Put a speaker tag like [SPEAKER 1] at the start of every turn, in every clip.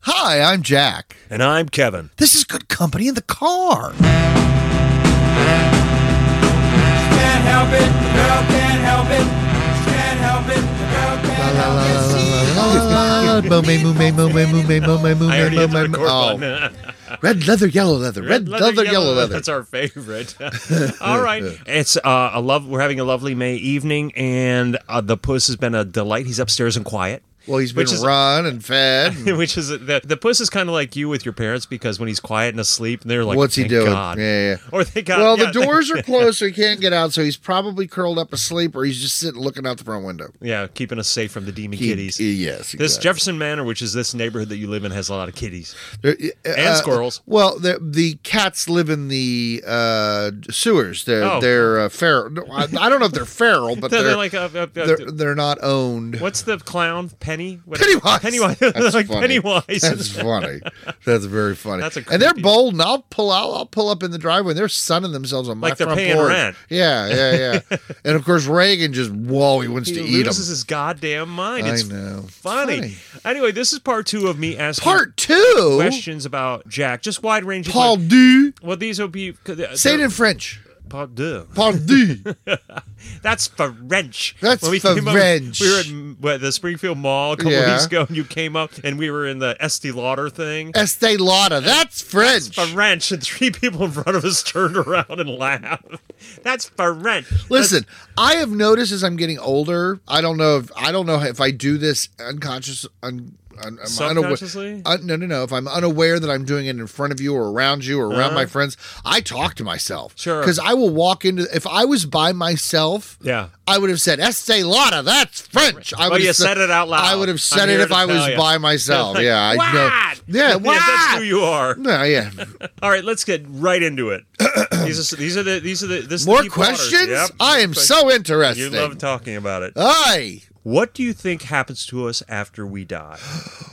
[SPEAKER 1] Hi, I'm Jack.
[SPEAKER 2] And I'm Kevin.
[SPEAKER 1] This is good company in the car.
[SPEAKER 3] Can't help it, the girl can't help it. Can't help it, the girl can't help it.
[SPEAKER 2] I already hit the record
[SPEAKER 1] Oh,
[SPEAKER 2] button.
[SPEAKER 1] red leather, yellow leather, red leather, yellow leather.
[SPEAKER 2] That's our favorite. All right, it's uh, a love. We're having a lovely May evening, and uh, the puss has been a delight. He's upstairs and quiet.
[SPEAKER 1] Well, he's been
[SPEAKER 2] Which is-
[SPEAKER 1] run and fed. and
[SPEAKER 2] Which is uh, the the puss is kind of like you with your parents because when he's quiet and asleep, they're like,
[SPEAKER 1] What's he
[SPEAKER 2] "Thank
[SPEAKER 1] doing?"
[SPEAKER 2] God."
[SPEAKER 1] Yeah, yeah.
[SPEAKER 2] Or they got
[SPEAKER 1] Well,
[SPEAKER 2] yeah,
[SPEAKER 1] the
[SPEAKER 2] thank-
[SPEAKER 1] doors are closed, so he can't get out. So he's probably curled up asleep, or he's just sitting looking out the front window.
[SPEAKER 2] yeah, keeping us safe from the demon
[SPEAKER 1] He-
[SPEAKER 2] kitties.
[SPEAKER 1] Yes.
[SPEAKER 2] This
[SPEAKER 1] exactly.
[SPEAKER 2] Jefferson Manor, which is this neighborhood that you live in, has a lot of kitties.
[SPEAKER 1] There- uh,
[SPEAKER 2] And squirrels.
[SPEAKER 1] Well, the the cats live in the uh, sewers. They're
[SPEAKER 2] Oh.
[SPEAKER 1] they're uh, feral. No, I, I don't know if they're feral, but
[SPEAKER 2] They're,
[SPEAKER 1] they're
[SPEAKER 2] like, uh, uh, uh,
[SPEAKER 1] they're, they're not owned.
[SPEAKER 2] what's the clown? Penny? What-
[SPEAKER 1] Pennywise.
[SPEAKER 2] Pennywise.
[SPEAKER 1] That's
[SPEAKER 2] like
[SPEAKER 1] funny.
[SPEAKER 2] Pennywise.
[SPEAKER 1] That's funny. That's very funny.
[SPEAKER 2] That's a
[SPEAKER 1] and they're
[SPEAKER 2] creepy-
[SPEAKER 1] bold. And I'll pull out. I'll pull up in the driveway. and They're sunning themselves on my
[SPEAKER 2] Like they're
[SPEAKER 1] front
[SPEAKER 2] paying
[SPEAKER 1] porch.
[SPEAKER 2] rent.
[SPEAKER 1] Yeah, yeah, yeah. and of course, Reagan just whoa, he wants
[SPEAKER 2] he
[SPEAKER 1] to eat them.
[SPEAKER 2] loses his goddamn mind.
[SPEAKER 1] I
[SPEAKER 2] It's
[SPEAKER 1] know.
[SPEAKER 2] Funny.
[SPEAKER 1] Funny.
[SPEAKER 2] Anyway, this is part two of me asking
[SPEAKER 1] Part two.
[SPEAKER 2] questions about Jack. Just wide ranging.
[SPEAKER 1] Paul du.
[SPEAKER 2] Well, these will be. 'cause, uh,
[SPEAKER 1] Say it
[SPEAKER 2] they're-
[SPEAKER 1] in French.
[SPEAKER 2] Paul deux.
[SPEAKER 1] Paul du.
[SPEAKER 2] That's French.
[SPEAKER 1] That's
[SPEAKER 2] When we came up-
[SPEAKER 1] French.
[SPEAKER 2] we were at mm, what, the Springfield Mall a couple
[SPEAKER 1] Yeah.
[SPEAKER 2] weeks ago, and you came up, and we were in the Estee Lauder thing.
[SPEAKER 1] Estee Lauder. That's French.
[SPEAKER 2] French, and three people in front of us turned around and laughed. That's French.
[SPEAKER 1] Listen, I have noticed as I'm getting older. I don't know if I don't know if I do this unconscious, un, un, I'm
[SPEAKER 2] Subconsciously?
[SPEAKER 1] Unaware, un- no, no, no. If I'm unaware that I'm doing it in front of you or around you or around my friends, I talk to myself.
[SPEAKER 2] Uh-huh. Sure.
[SPEAKER 1] because I will walk into. If I was by myself,
[SPEAKER 2] Yeah.
[SPEAKER 1] I would have said "Estee Lauder." That's French. I
[SPEAKER 2] Oh,
[SPEAKER 1] would
[SPEAKER 2] you
[SPEAKER 1] have
[SPEAKER 2] said it out loud.
[SPEAKER 1] I would have said
[SPEAKER 2] I'm
[SPEAKER 1] it
[SPEAKER 2] here
[SPEAKER 1] if
[SPEAKER 2] to
[SPEAKER 1] I was
[SPEAKER 2] tell ya.
[SPEAKER 1] by myself. yeah, I
[SPEAKER 2] What?
[SPEAKER 1] know. Yeah, what?
[SPEAKER 2] that's who you are.
[SPEAKER 1] No, yeah.
[SPEAKER 2] All right, let's get right into it. these, are, these are the these are the this is the
[SPEAKER 1] More
[SPEAKER 2] deep waters.
[SPEAKER 1] questions?
[SPEAKER 2] Yep.
[SPEAKER 1] I am so Uh,
[SPEAKER 2] You
[SPEAKER 1] interested.
[SPEAKER 2] love talking about it.
[SPEAKER 1] Aye.
[SPEAKER 2] What do you think happens to us after we die?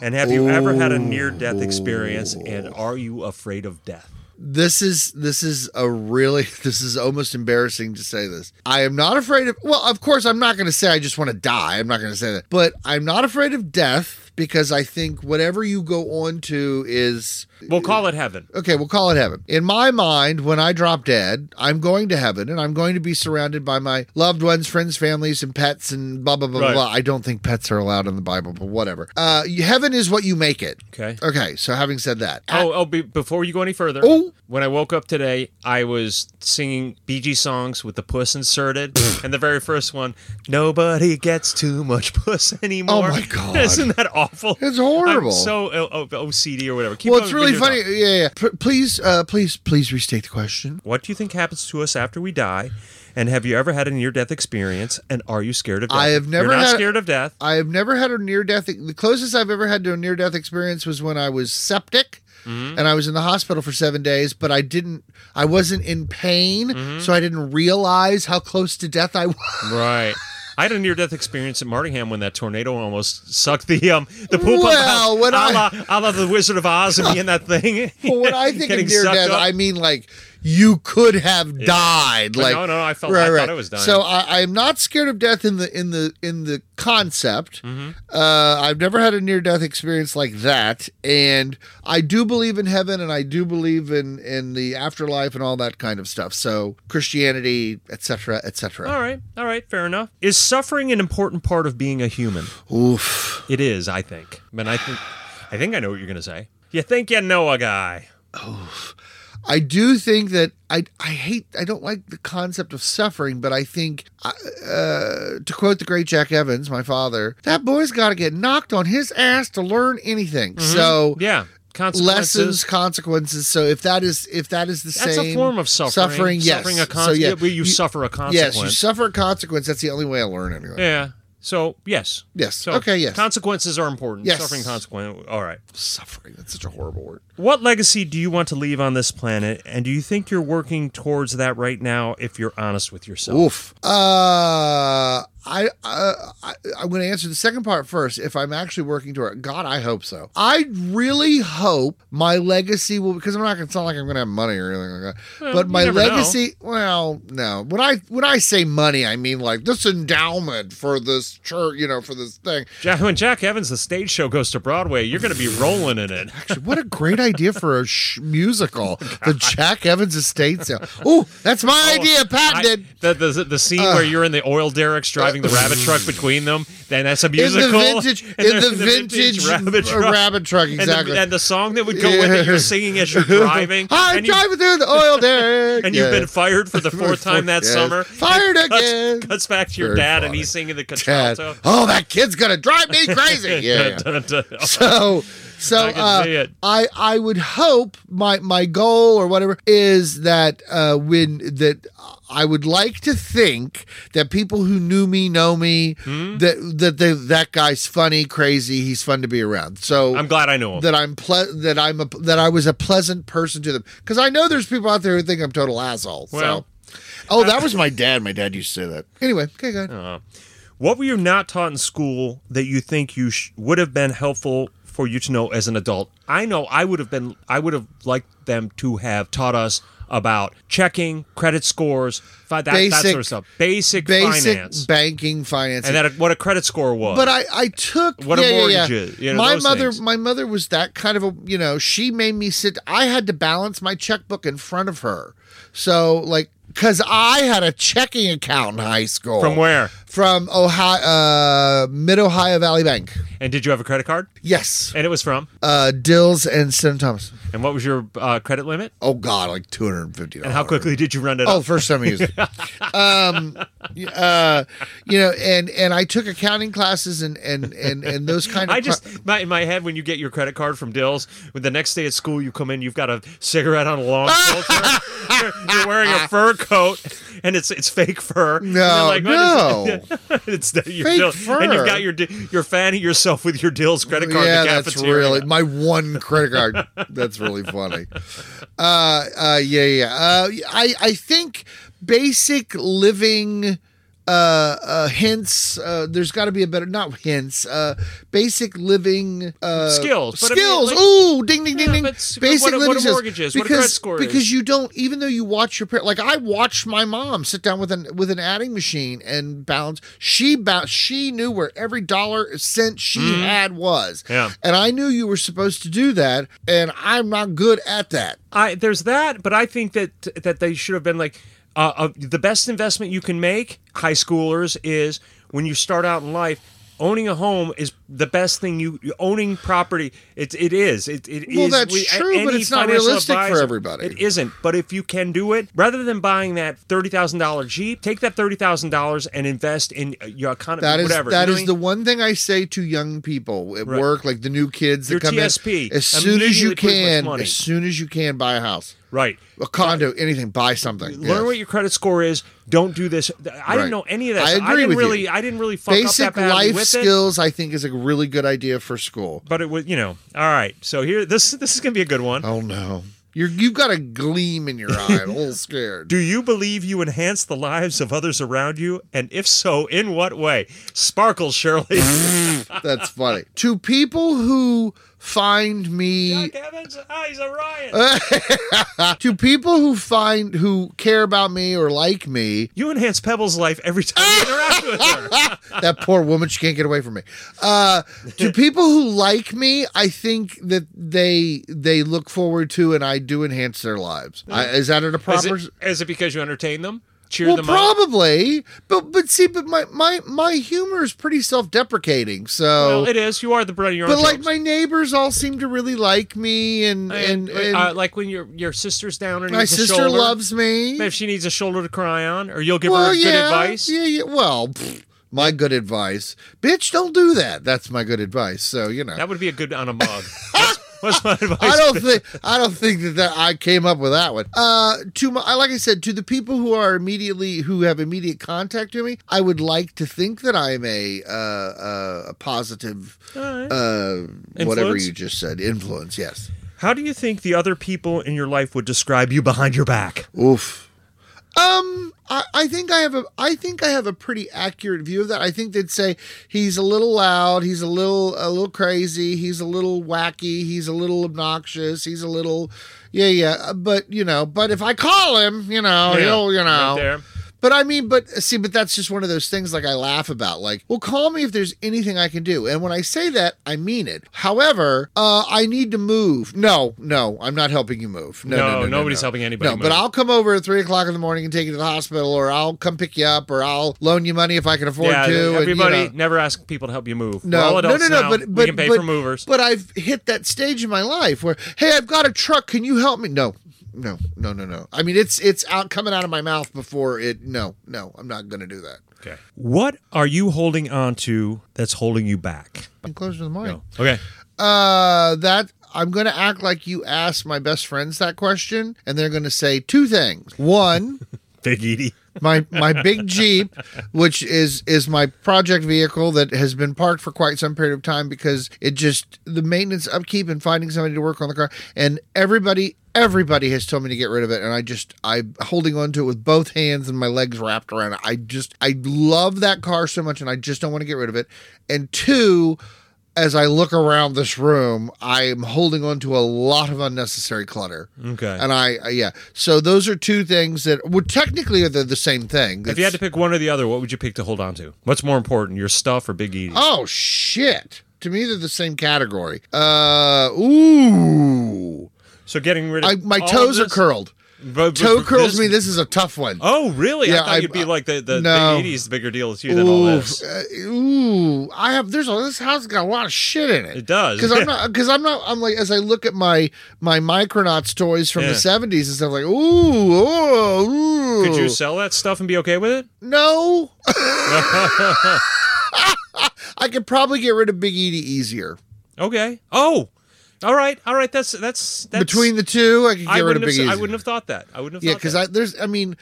[SPEAKER 2] And have you ever had a near death experience? And are you afraid of death?
[SPEAKER 1] this is this is a really this is almost embarrassing to say this. I am not afraid of well, of course I'm not going to say I just want to die. I'm not going to say that. But I'm not afraid of death because I think whatever you go on to is
[SPEAKER 2] We'll call it heaven.
[SPEAKER 1] okay, we'll call it heaven. In my mind, when I drop dead, I'm going to heaven and I'm going to be surrounded by my loved ones, friends, families, and pets, and blah, blah, blah,
[SPEAKER 2] Right.
[SPEAKER 1] blah. I don't think pets are allowed in the Bible, but whatever. Uh, you- heaven is what you make it.
[SPEAKER 2] Okay.
[SPEAKER 1] Okay, so having said that,
[SPEAKER 2] Oh, oh! Be, before you go any further,
[SPEAKER 1] Oh.
[SPEAKER 2] when I woke up today, I was singing Bee Gees songs with the puss inserted, and the very first one, "Nobody gets too much puss anymore."
[SPEAKER 1] Oh my God.
[SPEAKER 2] Isn't that awful?
[SPEAKER 1] It's horrible.
[SPEAKER 2] I'm so oh, o- o- OCD or whatever. Keep
[SPEAKER 1] well, it's
[SPEAKER 2] going
[SPEAKER 1] really
[SPEAKER 2] with your
[SPEAKER 1] funny.
[SPEAKER 2] thought.
[SPEAKER 1] Yeah, yeah. P- please, uh, please, please restate the question.
[SPEAKER 2] What do you think happens to us after we die? And have you ever had a near-death experience? And are you scared of death?
[SPEAKER 1] I have never
[SPEAKER 2] You're not
[SPEAKER 1] had-
[SPEAKER 2] scared of death.
[SPEAKER 1] I have never had a near death. The closest I've ever had to a near death experience was when I was septic, and I was in the hospital for seven days. But I didn't. I wasn't in pain, so I didn't realize how close to death I was.
[SPEAKER 2] Right. I had a near-death experience at Martingham when that tornado almost sucked the um the pool
[SPEAKER 1] Well,
[SPEAKER 2] pump
[SPEAKER 1] when
[SPEAKER 2] out.
[SPEAKER 1] I-
[SPEAKER 2] a la, a la the Wizard of Oz and me in that thing.
[SPEAKER 1] But when I think
[SPEAKER 2] Getting
[SPEAKER 1] of near
[SPEAKER 2] sucked
[SPEAKER 1] death,
[SPEAKER 2] up.
[SPEAKER 1] I mean like you could have died.
[SPEAKER 2] But
[SPEAKER 1] Like
[SPEAKER 2] no, no, I felt- I thought I was dying.
[SPEAKER 1] So I, I'm not scared of death in the in the in the concept.
[SPEAKER 2] Mm-hmm.
[SPEAKER 1] Uh, I've never had a near death experience like that, and I do believe in heaven, and I do believe in in the afterlife and all that kind of stuff. So Christianity, etc., etc.
[SPEAKER 2] All right, all right, fair enough. Is suffering an important part of being a human?
[SPEAKER 1] Oof.
[SPEAKER 2] It is, I think. I mean, I think, I think I know what you're gonna say. You think you know a guy?
[SPEAKER 1] I do think that I I hate I don't like the concept of suffering, but I think uh, to quote the great Jack Evans, my father, that boy's got to get knocked on his ass to learn anything. So
[SPEAKER 2] Mm-hmm. Yeah, consequences.
[SPEAKER 1] lessons, consequences. So if that is if that is the
[SPEAKER 2] That's
[SPEAKER 1] same
[SPEAKER 2] a form of suffering.
[SPEAKER 1] suffering, yes.
[SPEAKER 2] Suffering a
[SPEAKER 1] So,
[SPEAKER 2] consequence.
[SPEAKER 1] yeah,
[SPEAKER 2] you, suffer a consequence.
[SPEAKER 1] Yes, you suffer a consequence. That's the only way I learn anything.
[SPEAKER 2] yeah. So yes.
[SPEAKER 1] Yes.
[SPEAKER 2] So,
[SPEAKER 1] okay. Yes.
[SPEAKER 2] Consequences are important.
[SPEAKER 1] Yes.
[SPEAKER 2] Suffering consequence. All right.
[SPEAKER 1] suffering. That's such a horrible word.
[SPEAKER 2] What legacy do you want to leave on this planet, and do you think you're working towards that right now? If you're honest with yourself,
[SPEAKER 1] Oof. Uh, I, uh, I I'm going to answer the second part first. If I'm actually working toward it, God, I hope so. I really hope my legacy will because I'm not going to sound like I'm going to have money or anything like that. but
[SPEAKER 2] you
[SPEAKER 1] my
[SPEAKER 2] never know.
[SPEAKER 1] legacy, well, no. When I when I say money, I mean like this endowment for this church, you know, for this thing.
[SPEAKER 2] Jack, when Jack Evans, the stage show, goes to Broadway, you're going to be rolling in it.
[SPEAKER 1] Actually, what a great idea for a sh- musical, the Jack Evans estate sale. Oh, that's my idea, patented.
[SPEAKER 2] I- the, the, the
[SPEAKER 1] Uh.
[SPEAKER 2] scene where you're in the oil derricks driving the rabbit truck between them, then that's a musical.
[SPEAKER 1] In the vintage,
[SPEAKER 2] and
[SPEAKER 1] in the,
[SPEAKER 2] the
[SPEAKER 1] vintage, uh, rabbit, truck. rabbit truck,
[SPEAKER 2] And the,
[SPEAKER 1] exactly.
[SPEAKER 2] and the song that would go with it, you're singing as you're driving.
[SPEAKER 1] I'm
[SPEAKER 2] and you-
[SPEAKER 1] driving through the oil derrick.
[SPEAKER 2] and you've been
[SPEAKER 1] Yes.
[SPEAKER 2] fired for the fourth time that
[SPEAKER 1] Yes.
[SPEAKER 2] summer.
[SPEAKER 1] Fired
[SPEAKER 2] It cuts,
[SPEAKER 1] again.
[SPEAKER 2] Cuts back to your
[SPEAKER 1] Very
[SPEAKER 2] dad, and
[SPEAKER 1] funny.
[SPEAKER 2] he's singing the
[SPEAKER 1] Dad.
[SPEAKER 2] contralto.
[SPEAKER 1] Oh, that kid's gonna drive me crazy. Yeah.
[SPEAKER 2] Dun, dun, dun.
[SPEAKER 1] So, so
[SPEAKER 2] I can
[SPEAKER 1] uh,
[SPEAKER 2] see it.
[SPEAKER 1] I I would hope my my goal or whatever is that uh, when that I would like to think that people who knew me know me
[SPEAKER 2] Hmm?
[SPEAKER 1] that that they, that guy's funny, crazy, he's fun to be around. So
[SPEAKER 2] I'm glad I know him.
[SPEAKER 1] that I'm ple- that I'm a, that I was a pleasant person to them because I know there's people out there who think I'm total asshole.
[SPEAKER 2] Well-
[SPEAKER 1] so. oh, that was my dad. My dad used to say that. Anyway, okay, go ahead.
[SPEAKER 2] Uh, What were you not taught in school that you think you sh- would have been helpful for you to know as an adult? I know I would have been. I would have liked them to have taught us about checking credit scores, fi- that, that
[SPEAKER 1] Basic-
[SPEAKER 2] sort of stuff, basic,
[SPEAKER 1] Basic
[SPEAKER 2] finance,
[SPEAKER 1] banking finance.
[SPEAKER 2] and that what a credit score was.
[SPEAKER 1] but I, I took
[SPEAKER 2] What a
[SPEAKER 1] yeah, yeah, yeah.
[SPEAKER 2] mortgage is, you know,
[SPEAKER 1] my
[SPEAKER 2] those
[SPEAKER 1] mother
[SPEAKER 2] things.
[SPEAKER 1] my mother was that kind of a you know she made me sit I had to balance my checkbook in front of her so like because I had a checking account in high school
[SPEAKER 2] from where?
[SPEAKER 1] from Ohio uh, Mid Ohio Valley Bank
[SPEAKER 2] And did you have a credit card?
[SPEAKER 1] yes
[SPEAKER 2] And it was from.
[SPEAKER 1] uh, Dills and Stan Thomas.
[SPEAKER 2] And what was your uh, credit limit?
[SPEAKER 1] Oh God, like two hundred and fifty.
[SPEAKER 2] And how quickly did you run it
[SPEAKER 1] Oh,
[SPEAKER 2] up?
[SPEAKER 1] first time I used it. um, y- uh, you know, and and I took accounting classes and and and and those kind of.
[SPEAKER 2] I just my, in my head when you get your credit card from Dills, when the next day at school you come in, you've got a cigarette on a long filter. you're, you're wearing a fur coat, and it's it's fake fur. And you're
[SPEAKER 1] No,
[SPEAKER 2] like, what is- it's the- your
[SPEAKER 1] Fake
[SPEAKER 2] Dills, and
[SPEAKER 1] fur.
[SPEAKER 2] you've got your di- you're fanning yourself with your Dills credit card.
[SPEAKER 1] yeah,
[SPEAKER 2] in the
[SPEAKER 1] that's
[SPEAKER 2] cafeteria.
[SPEAKER 1] really my one credit card. that's really funny. Uh, uh, yeah, yeah. Uh, I I think basic living. Uh, uh, hints. Uh, there's got to be a better, not hints. Uh, basic living uh,
[SPEAKER 2] Skills, but I mean,
[SPEAKER 1] Skills.
[SPEAKER 2] like-
[SPEAKER 1] Ooh, ding, ding, ding,
[SPEAKER 2] Yeah,
[SPEAKER 1] ding.
[SPEAKER 2] but s-
[SPEAKER 1] Basic
[SPEAKER 2] what a- what a
[SPEAKER 1] living skills.
[SPEAKER 2] mortgage is, what a
[SPEAKER 1] because,
[SPEAKER 2] credit score is.
[SPEAKER 1] because you don't even though you watch your parents like i watched my mom sit down with an with an adding machine and balance she ba- she knew where every dollar cent she had was
[SPEAKER 2] Mm-hmm. Yeah.
[SPEAKER 1] and i knew you were supposed to do that and i'm not good at that
[SPEAKER 2] I there's that, but I think that that they should have been like uh, uh, the best investment you can make, high schoolers, is when you start out in life. Owning a home is the best thing you owning property. It it is. It it
[SPEAKER 1] Well,
[SPEAKER 2] is-
[SPEAKER 1] that's
[SPEAKER 2] we- a-
[SPEAKER 1] true, but
[SPEAKER 2] any
[SPEAKER 1] it's not
[SPEAKER 2] financial
[SPEAKER 1] realistic for
[SPEAKER 2] advisor-
[SPEAKER 1] everybody.
[SPEAKER 2] It isn't. But if you can do it, rather than buying that thirty thousand dollar Jeep, take that thirty thousand dollars and invest in uh, your economy.
[SPEAKER 1] That is
[SPEAKER 2] whatever.
[SPEAKER 1] that
[SPEAKER 2] you
[SPEAKER 1] is
[SPEAKER 2] know what I
[SPEAKER 1] the
[SPEAKER 2] mean?
[SPEAKER 1] one thing I say to young people at work, like the new kids that
[SPEAKER 2] Your
[SPEAKER 1] come
[SPEAKER 2] TSP,
[SPEAKER 1] in. As soon as you
[SPEAKER 2] immediately put as much
[SPEAKER 1] can,
[SPEAKER 2] money.
[SPEAKER 1] as soon as you can, buy a house,
[SPEAKER 2] right.
[SPEAKER 1] a condo, anything, buy something.
[SPEAKER 2] Learn
[SPEAKER 1] Yes.
[SPEAKER 2] what your credit score is. Don't do this. I
[SPEAKER 1] Right.
[SPEAKER 2] didn't know any of that.
[SPEAKER 1] I
[SPEAKER 2] stuff.
[SPEAKER 1] agree
[SPEAKER 2] didn't
[SPEAKER 1] with you.
[SPEAKER 2] really, I didn't really fuck
[SPEAKER 1] basic
[SPEAKER 2] up that badly
[SPEAKER 1] life
[SPEAKER 2] with it.
[SPEAKER 1] skills i think is a really good idea for school
[SPEAKER 2] But it was, you know, all right. So here, this this is gonna be a good one.
[SPEAKER 1] oh no You're, you've got a gleam in your eye i'm a little scared
[SPEAKER 2] Do you believe you enhance the lives of others around you, and if so, in what way? Sparkle, Shirley.
[SPEAKER 1] that's funny to people who find me
[SPEAKER 2] Jack Evans, ah, he's a riot.
[SPEAKER 1] Uh. to people who find who care about me or like me
[SPEAKER 2] you enhance Pebble's life every time you interact with her.
[SPEAKER 1] that poor woman she can't get away from me uh, to people who like me i think that they they look forward to and i do enhance their lives I, is that a
[SPEAKER 2] Is
[SPEAKER 1] proper
[SPEAKER 2] it, is it because you entertain them, cheer
[SPEAKER 1] well,
[SPEAKER 2] them up?
[SPEAKER 1] probably, but but see, but my my my humor is pretty self-deprecating. So,
[SPEAKER 2] Well, it is. You are the bread of your
[SPEAKER 1] but
[SPEAKER 2] own
[SPEAKER 1] like
[SPEAKER 2] jokes.
[SPEAKER 1] my neighbors all seem to really like me, and and,
[SPEAKER 2] and,
[SPEAKER 1] and
[SPEAKER 2] uh, like when your your sister's down and
[SPEAKER 1] my
[SPEAKER 2] needs a
[SPEAKER 1] sister
[SPEAKER 2] shoulder,
[SPEAKER 1] loves me.
[SPEAKER 2] If she needs a shoulder to cry on, or you'll give
[SPEAKER 1] well,
[SPEAKER 2] her good
[SPEAKER 1] yeah,
[SPEAKER 2] advice.
[SPEAKER 1] yeah, yeah. Well, pfft, my good advice, bitch, don't do that. That's my good advice. So you know,
[SPEAKER 2] That would be a good on a mug. What's, what's my advice?
[SPEAKER 1] I don't think I don't think that, that I came up with that one. Uh, to my like I said, to the people who are immediately who have immediate contact to me, I would like to think that I'm a uh, uh, a positive,
[SPEAKER 2] Alright.
[SPEAKER 1] uh, whatever
[SPEAKER 2] Influence?
[SPEAKER 1] you just said, influence. Yes.
[SPEAKER 2] How do you think the other people in your life would describe you behind your back?
[SPEAKER 1] Oof. Um, I, I think I have a I think I have a pretty accurate view of that. I think they'd say he's a little loud, he's a little a little crazy, he's a little wacky, he's a little obnoxious, he's a little yeah yeah. But you know, but if I call him, you know,
[SPEAKER 2] Yeah,
[SPEAKER 1] he'll Oh, you know.
[SPEAKER 2] right there.
[SPEAKER 1] But I mean, but see, but that's just one of those things like I laugh about. Like, well, call me if there's anything I can do. And when I say that, I mean it. However, uh, I need to move. No, no, I'm not helping you move. No, no,
[SPEAKER 2] No,
[SPEAKER 1] no, no
[SPEAKER 2] nobody's
[SPEAKER 1] no.
[SPEAKER 2] helping anybody
[SPEAKER 1] No,
[SPEAKER 2] move.
[SPEAKER 1] but I'll come over at three o'clock in the morning and take you to the hospital, or I'll come pick you up, or I'll loan you money if I can afford
[SPEAKER 2] yeah,
[SPEAKER 1] to. and, you
[SPEAKER 2] everybody
[SPEAKER 1] know.
[SPEAKER 2] never ask people to help you move. We're
[SPEAKER 1] No,
[SPEAKER 2] all
[SPEAKER 1] no,
[SPEAKER 2] adults
[SPEAKER 1] no, no.
[SPEAKER 2] now.
[SPEAKER 1] But
[SPEAKER 2] We
[SPEAKER 1] but
[SPEAKER 2] can pay
[SPEAKER 1] but,
[SPEAKER 2] for movers.
[SPEAKER 1] But I've hit that stage in my life where, hey, I've got a truck. Can you help me? No, no, no, no, no. I mean, it's it's out coming out of my mouth before it. No, no, I'm not going to do that.
[SPEAKER 2] okay. What are you holding on to that's holding you back?
[SPEAKER 1] And closer to the morning.
[SPEAKER 2] Okay.
[SPEAKER 1] Uh, that I'm going to act like you asked my best friends that question, and they're going to say two things. One.
[SPEAKER 2] Big Edie.
[SPEAKER 1] my my big jeep which is is my project vehicle that has been parked for quite some period of time because it just the maintenance upkeep and finding somebody to work on the car and everybody everybody has told me to get rid of it and i just i'm holding on to it with both hands and my legs wrapped around it i just i love that car so much and i just don't want to get rid of it and two as i look around this room i'm holding on to a lot of unnecessary clutter
[SPEAKER 2] Okay.
[SPEAKER 1] and I, I yeah. So those are two things that well, technically they're the same thing.
[SPEAKER 2] If you had to pick one or the other, what would you pick to hold on to? What's more important, your stuff or Big Edie?
[SPEAKER 1] oh shit! To me, they're the same category. Uh, ooh,
[SPEAKER 2] so getting rid of
[SPEAKER 1] I, my
[SPEAKER 2] all
[SPEAKER 1] toes
[SPEAKER 2] of
[SPEAKER 1] are
[SPEAKER 2] this-
[SPEAKER 1] curled.
[SPEAKER 2] but- but-
[SPEAKER 1] Toe
[SPEAKER 2] but
[SPEAKER 1] curls
[SPEAKER 2] this-
[SPEAKER 1] me. This is a tough one.
[SPEAKER 2] Oh, really?
[SPEAKER 1] Yeah,
[SPEAKER 2] I thought
[SPEAKER 1] I-
[SPEAKER 2] you'd be like the the
[SPEAKER 1] no.
[SPEAKER 2] Big Edie's the bigger deal to you than all this.
[SPEAKER 1] Oof. Uh, ooh, I have. There's a, this house has got a lot of shit in it.
[SPEAKER 2] It does.
[SPEAKER 1] Because I'm not. Because I'm not. I'm like as I look at my my Micronauts toys from
[SPEAKER 2] Yeah.
[SPEAKER 1] the 70s and stuff. Like ooh, oh, ooh, ooh.
[SPEAKER 2] Could you sell that stuff and be okay with it?
[SPEAKER 1] No. I could probably get rid of Big Edie easier.
[SPEAKER 2] Okay. Oh, all right, all right. That's that's, that's
[SPEAKER 1] Between the two, I could get
[SPEAKER 2] I
[SPEAKER 1] rid
[SPEAKER 2] wouldn't
[SPEAKER 1] of Big
[SPEAKER 2] have,
[SPEAKER 1] Edie.
[SPEAKER 2] I wouldn't have thought that. I wouldn't have.
[SPEAKER 1] yeah,
[SPEAKER 2] thought
[SPEAKER 1] because
[SPEAKER 2] that.
[SPEAKER 1] I there's I mean,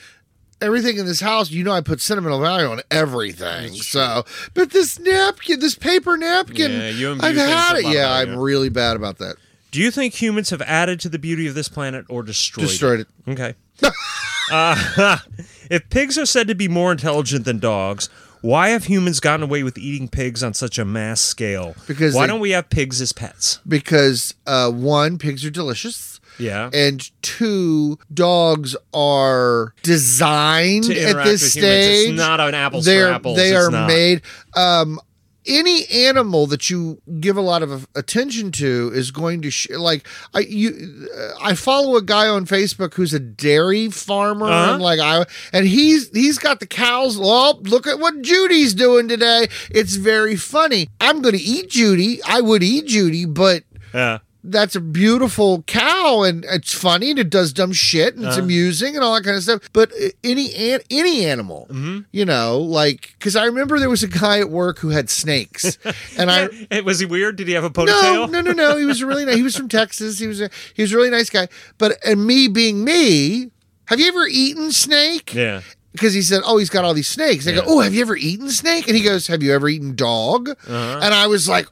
[SPEAKER 1] everything in this house, you know, I put sentimental value on everything. So, but this napkin, this paper napkin,
[SPEAKER 2] Yeah, you imbue
[SPEAKER 1] I've
[SPEAKER 2] things
[SPEAKER 1] had
[SPEAKER 2] with
[SPEAKER 1] it. Yeah,
[SPEAKER 2] love,
[SPEAKER 1] I'm
[SPEAKER 2] yeah.
[SPEAKER 1] really bad about that.
[SPEAKER 2] Do you think humans have added to the beauty of this planet or destroyed? it?
[SPEAKER 1] Destroyed it.
[SPEAKER 2] Okay. uh, if pigs are said to be more intelligent than dogs, why have humans gotten away with eating pigs on such a mass scale?
[SPEAKER 1] Because
[SPEAKER 2] why
[SPEAKER 1] they-
[SPEAKER 2] don't we have pigs as pets?
[SPEAKER 1] because uh, one, pigs are delicious.
[SPEAKER 2] Yeah.
[SPEAKER 1] and two dogs are designed
[SPEAKER 2] To
[SPEAKER 1] at
[SPEAKER 2] interact
[SPEAKER 1] this
[SPEAKER 2] with humans. It's
[SPEAKER 1] stage.
[SPEAKER 2] not an apples for
[SPEAKER 1] They're-
[SPEAKER 2] apples.
[SPEAKER 1] They
[SPEAKER 2] It's
[SPEAKER 1] are
[SPEAKER 2] not.
[SPEAKER 1] made. Um, any animal that you give a lot of attention to is going to sh- like I you uh, I follow a guy on Facebook who's a dairy farmer
[SPEAKER 2] Uh-huh.
[SPEAKER 1] and like I and he's he's got the cows. Oh, look at what Judy's doing today. It's very funny. I'm going to eat Judy. I would eat Judy, but
[SPEAKER 2] Yeah.
[SPEAKER 1] that's a beautiful cow and it's funny and it does dumb shit and
[SPEAKER 2] Uh-huh.
[SPEAKER 1] it's amusing and all that kind of stuff but uh, any an, any animal
[SPEAKER 2] Mm-hmm.
[SPEAKER 1] you know like because i remember there was a guy at work who had snakes and i
[SPEAKER 2] Hey, was he weird? Did he have a
[SPEAKER 1] no,
[SPEAKER 2] ponytail?
[SPEAKER 1] no, no, no. He was really nice. He was from Texas. He was a he was a really nice guy. But and me being me, have you ever eaten snake?
[SPEAKER 2] Yeah.
[SPEAKER 1] because he said, "Oh, he's got all these snakes." I go,
[SPEAKER 2] Yeah.
[SPEAKER 1] "Oh, have you ever eaten snake?" And he goes, "Have you ever eaten dog?"
[SPEAKER 2] Uh-huh.
[SPEAKER 1] And I was like,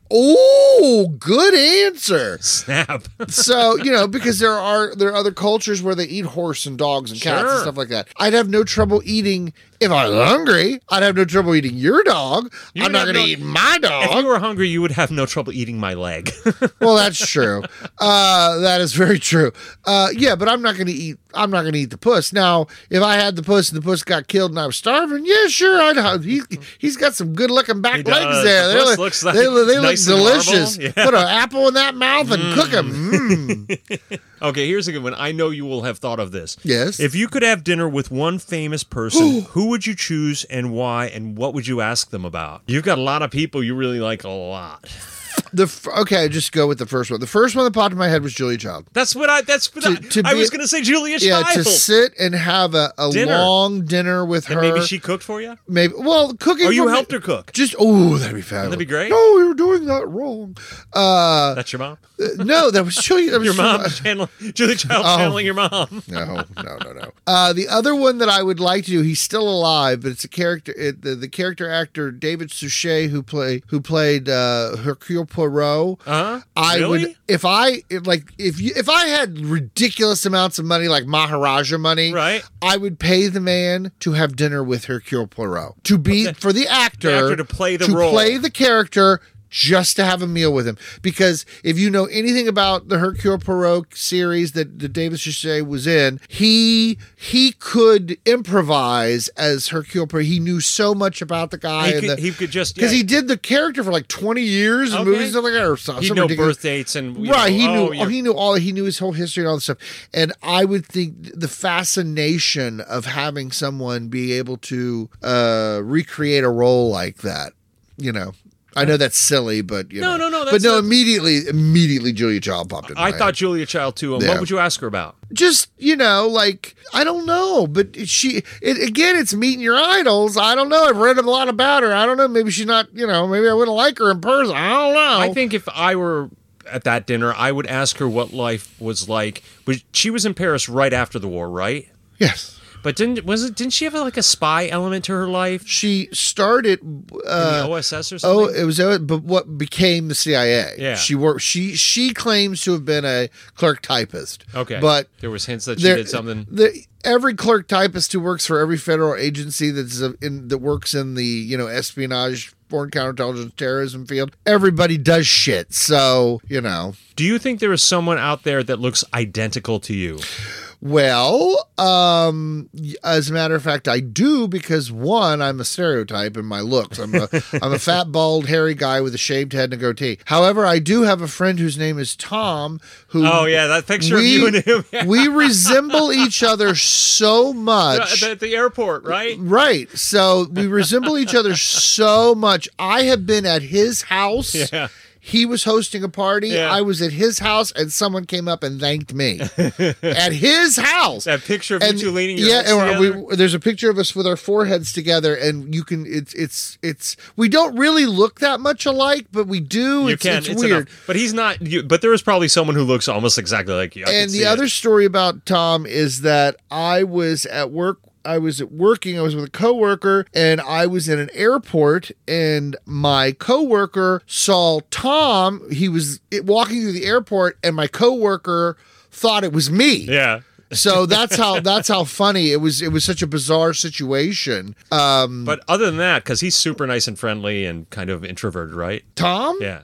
[SPEAKER 1] "Oh, good answer."
[SPEAKER 2] Snap.
[SPEAKER 1] so you know because there are there are other cultures where they eat horse and dogs and cats and
[SPEAKER 2] Sure.
[SPEAKER 1] stuff like that i'd have no trouble eating if i was hungry i'd have no trouble eating your dog
[SPEAKER 2] You
[SPEAKER 1] i'm
[SPEAKER 2] would
[SPEAKER 1] not
[SPEAKER 2] have
[SPEAKER 1] gonna
[SPEAKER 2] no-
[SPEAKER 1] eat my
[SPEAKER 2] if
[SPEAKER 1] dog
[SPEAKER 2] you were hungry, you would have no trouble eating my leg.
[SPEAKER 1] well that's true uh that is very true uh yeah but i'm not gonna eat i'm not gonna eat the puss now if i had the puss and the puss got killed and i was starving yeah sure i'd have he, he's got some good looking back
[SPEAKER 2] He
[SPEAKER 1] legs
[SPEAKER 2] does.
[SPEAKER 1] there
[SPEAKER 2] The
[SPEAKER 1] they
[SPEAKER 2] puss
[SPEAKER 1] look,
[SPEAKER 2] looks
[SPEAKER 1] they,
[SPEAKER 2] like
[SPEAKER 1] look- they
[SPEAKER 2] nice
[SPEAKER 1] look
[SPEAKER 2] and marble.
[SPEAKER 1] delicious
[SPEAKER 2] Yeah. Mm.
[SPEAKER 1] put an apple in that mouth and cook 'em. cook him
[SPEAKER 2] okay, here's a good one. I know you will have thought of this.
[SPEAKER 1] Yes.
[SPEAKER 2] If you could have dinner with one famous person, who would you choose and why, and what would you ask them about? You've got a lot of people you really like a lot.
[SPEAKER 1] The f- okay, just go with the first one. The first one that popped in my head was Julia Child.
[SPEAKER 2] That's what I. That's what I,
[SPEAKER 1] to
[SPEAKER 2] I
[SPEAKER 1] be-
[SPEAKER 2] was going to say. Julia
[SPEAKER 1] Yeah, to
[SPEAKER 2] Child.
[SPEAKER 1] sit and have a, a
[SPEAKER 2] Dinner.
[SPEAKER 1] long dinner with
[SPEAKER 2] and
[SPEAKER 1] her.
[SPEAKER 2] maybe she cooked for you,
[SPEAKER 1] maybe well cooking.
[SPEAKER 2] or you
[SPEAKER 1] for me-
[SPEAKER 2] helped her cook.
[SPEAKER 1] Just oh, that'd be fabulous.
[SPEAKER 2] That'd be great.
[SPEAKER 1] No, you were doing that wrong. Uh,
[SPEAKER 2] That's your mom.
[SPEAKER 1] no, that was Julia. That was
[SPEAKER 2] Your
[SPEAKER 1] Julia-
[SPEAKER 2] mom channeling Julia Child
[SPEAKER 1] Oh.
[SPEAKER 2] channeling your mom.
[SPEAKER 1] no, no, no, no. Uh, the other one that I would like to do, he's still alive, but it's a character, it, the, the character actor David Suchet who play who played uh, Hercule Poirot.
[SPEAKER 2] Huh?
[SPEAKER 1] Uh-huh. I would
[SPEAKER 2] Really?
[SPEAKER 1] if I if, like if you, if I had ridiculous amounts of money like Maharaja money,
[SPEAKER 2] Right.
[SPEAKER 1] I would pay the man to have dinner with Hercule Poirot to be for the actor,
[SPEAKER 2] actor to play the role.
[SPEAKER 1] play the character. Just to have a meal with him, because if you know anything about the Hercule Poirot series that, that David Suchet was in, he he could improvise as Hercule Poirot. He knew so much about the guy.
[SPEAKER 2] He
[SPEAKER 1] and
[SPEAKER 2] could-
[SPEAKER 1] the-
[SPEAKER 2] he could just-
[SPEAKER 1] because
[SPEAKER 2] yeah.
[SPEAKER 1] he did the character for like twenty years in
[SPEAKER 2] Okay.
[SPEAKER 1] movies and like "Oh, that, or something.
[SPEAKER 2] He'd know birth dates and you
[SPEAKER 1] Right,
[SPEAKER 2] know,
[SPEAKER 1] he
[SPEAKER 2] oh,
[SPEAKER 1] knew
[SPEAKER 2] you're-
[SPEAKER 1] he knew all he knew his whole history and all this stuff. And I would think the fascination of having someone be able to uh recreate a role like that, you know. I know that's silly, but you
[SPEAKER 2] No,
[SPEAKER 1] know.
[SPEAKER 2] no, no,
[SPEAKER 1] But
[SPEAKER 2] that's
[SPEAKER 1] no,
[SPEAKER 2] not-
[SPEAKER 1] immediately, immediately, Julia Child popped in.
[SPEAKER 2] I
[SPEAKER 1] my
[SPEAKER 2] thought
[SPEAKER 1] head.
[SPEAKER 2] Julia Child too. And
[SPEAKER 1] Yeah.
[SPEAKER 2] What would you ask her about?
[SPEAKER 1] just you know, like I don't know, but she it, again, it's meeting your idols. I don't know. I've read a lot about her. I don't know. Maybe she's not. You know, maybe I wouldn't like her in person. I don't know.
[SPEAKER 2] I think if I were at that dinner, I would ask her what life was like. But she was in Paris right after the war, right?
[SPEAKER 1] yes.
[SPEAKER 2] But didn't was it? Didn't she have like a spy element to her life?
[SPEAKER 1] She started.
[SPEAKER 2] In
[SPEAKER 1] Uh,
[SPEAKER 2] the OSS or
[SPEAKER 1] Oh,
[SPEAKER 2] something?
[SPEAKER 1] it was uh, but what became the CIA.
[SPEAKER 2] Yeah.
[SPEAKER 1] she worked. She she claims to have been a clerk typist.
[SPEAKER 2] okay.
[SPEAKER 1] but
[SPEAKER 2] there was hints that she
[SPEAKER 1] there,
[SPEAKER 2] did something.
[SPEAKER 1] The, every clerk typist who works for every federal agency that's a, in that works in the you know espionage, foreign counterintelligence, terrorism field, everybody does shit. So you know,
[SPEAKER 2] Do you think there is someone out there that looks identical to you?
[SPEAKER 1] Well, um, y- as a matter of fact, I do because one, I'm a stereotype in my looks. I'm a, I'm a fat, bald, hairy guy with a shaved head and a goatee. However, I do have a friend whose name is Tom. Who?
[SPEAKER 2] Oh yeah, that picture
[SPEAKER 1] we,
[SPEAKER 2] of you and him Yeah,
[SPEAKER 1] we resemble each other so
[SPEAKER 2] at
[SPEAKER 1] much.
[SPEAKER 2] the- at the airport, right?
[SPEAKER 1] Right. So we resemble each other so much. I have been at his house.
[SPEAKER 2] Yeah.
[SPEAKER 1] He was hosting a party.
[SPEAKER 2] Yeah.
[SPEAKER 1] I was at his house, and someone came up and thanked me at his house.
[SPEAKER 2] That picture of
[SPEAKER 1] And-
[SPEAKER 2] you two leaning your
[SPEAKER 1] yeah,
[SPEAKER 2] heads
[SPEAKER 1] and
[SPEAKER 2] together.
[SPEAKER 1] we, there's a picture of us with our foreheads together, and you can. It's it's it's. We don't really look that much alike, but we do.
[SPEAKER 2] you
[SPEAKER 1] it's,
[SPEAKER 2] can.
[SPEAKER 1] It's,
[SPEAKER 2] It's
[SPEAKER 1] weird.
[SPEAKER 2] Enough. But he's not. You, but there is probably someone who looks almost exactly like you. I can
[SPEAKER 1] and
[SPEAKER 2] see
[SPEAKER 1] the
[SPEAKER 2] it.
[SPEAKER 1] other story about Tom is that I was at work. I was at working. I was with a coworker, and I was in an airport, and my coworker saw Tom. He was it- walking through the airport, and my coworker thought it was me.
[SPEAKER 2] Yeah.
[SPEAKER 1] So that's how that's how funny it was. It was such a bizarre situation. Um,
[SPEAKER 2] But other than that, because he's super nice and friendly and kind of introverted, right?
[SPEAKER 1] Tom,
[SPEAKER 2] Yeah.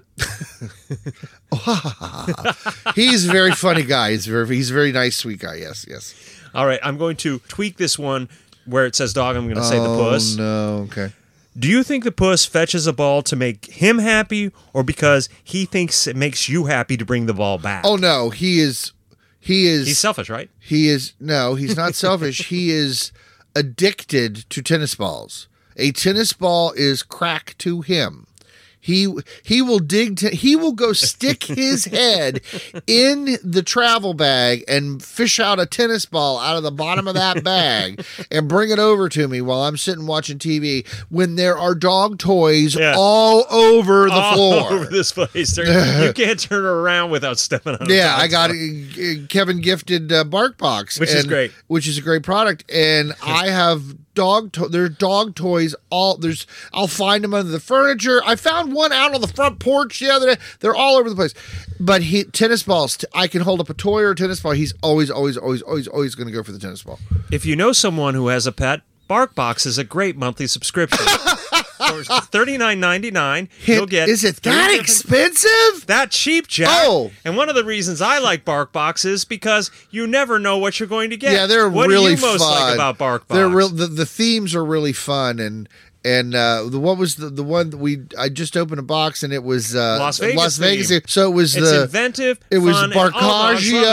[SPEAKER 1] he's a very funny guy. He's very he's a very nice, sweet guy. Yes, yes.
[SPEAKER 2] All right. I'm going to tweak this one where it says dog. I'm going to say the puss.
[SPEAKER 1] Oh, no, okay.
[SPEAKER 2] Do you think the puss fetches a ball to make him happy or because he thinks it makes you happy to bring the ball back?
[SPEAKER 1] Oh no, he is. He is.
[SPEAKER 2] He's selfish, right?
[SPEAKER 1] He is no, he's not selfish. he is addicted to tennis balls. A tennis ball is crack to him. He he will dig. T- he will go stick his head in the travel bag and fish out a tennis ball out of the bottom of that bag and bring it over to me while I'm sitting watching TV. When there are dog toys
[SPEAKER 2] Yeah.
[SPEAKER 1] all over the
[SPEAKER 2] All
[SPEAKER 1] floor,
[SPEAKER 2] over this place. There- you can't turn around without stepping on. a
[SPEAKER 1] yeah,
[SPEAKER 2] dog.
[SPEAKER 1] I got uh, Kevin gifted uh, Bark Box,
[SPEAKER 2] Which is
[SPEAKER 1] and-
[SPEAKER 2] great.
[SPEAKER 1] which is a great product. And I have dog to- there's dog toys all there's. I'll find them under the furniture. I found one out on the front porch the other day. They're all over the place. But he tennis balls. t- I can hold up a toy or a tennis ball. He's always, always, always, always, always going to go for the tennis ball.
[SPEAKER 2] If you know someone who has a pet, BarkBox is a great monthly subscription. For $39.99, you'll get
[SPEAKER 1] is it
[SPEAKER 2] three
[SPEAKER 1] that
[SPEAKER 2] different-
[SPEAKER 1] expensive?
[SPEAKER 2] that cheap, Jack.
[SPEAKER 1] Oh.
[SPEAKER 2] And one of the reasons I like BarkBox is because you never know what you're going to get.
[SPEAKER 1] Yeah, they're
[SPEAKER 2] what
[SPEAKER 1] really
[SPEAKER 2] do you most
[SPEAKER 1] fun.
[SPEAKER 2] like about BarkBox?
[SPEAKER 1] They're real. The, the themes are really fun, and and uh, the what was the, the one that we I just opened a box and it was uh,
[SPEAKER 2] Las Vegas theme.
[SPEAKER 1] So it was
[SPEAKER 2] It's
[SPEAKER 1] the
[SPEAKER 2] inventive.
[SPEAKER 1] it was
[SPEAKER 2] fun, and all dogs love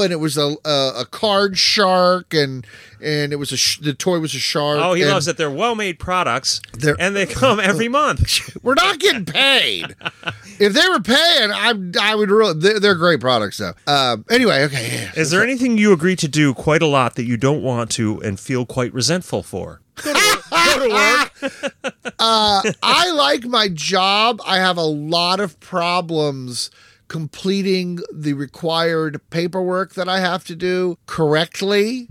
[SPEAKER 1] Barcagio, and it was a, a a card shark, and and it was a sh- the toy was a shark.
[SPEAKER 2] it. Oh, he
[SPEAKER 1] and
[SPEAKER 2] loves that they're well-made products,
[SPEAKER 1] They're-
[SPEAKER 2] and they come every month.
[SPEAKER 1] We're not getting paid. if they were paying, I I would really. They're, they're great products though. Um, anyway, okay. yeah.
[SPEAKER 2] Is there anything you agree to do quite a lot that you don't want to and feel quite resentful for?
[SPEAKER 1] Uh, I like my job. I have a lot of problems completing the required paperwork that I have to do correctly.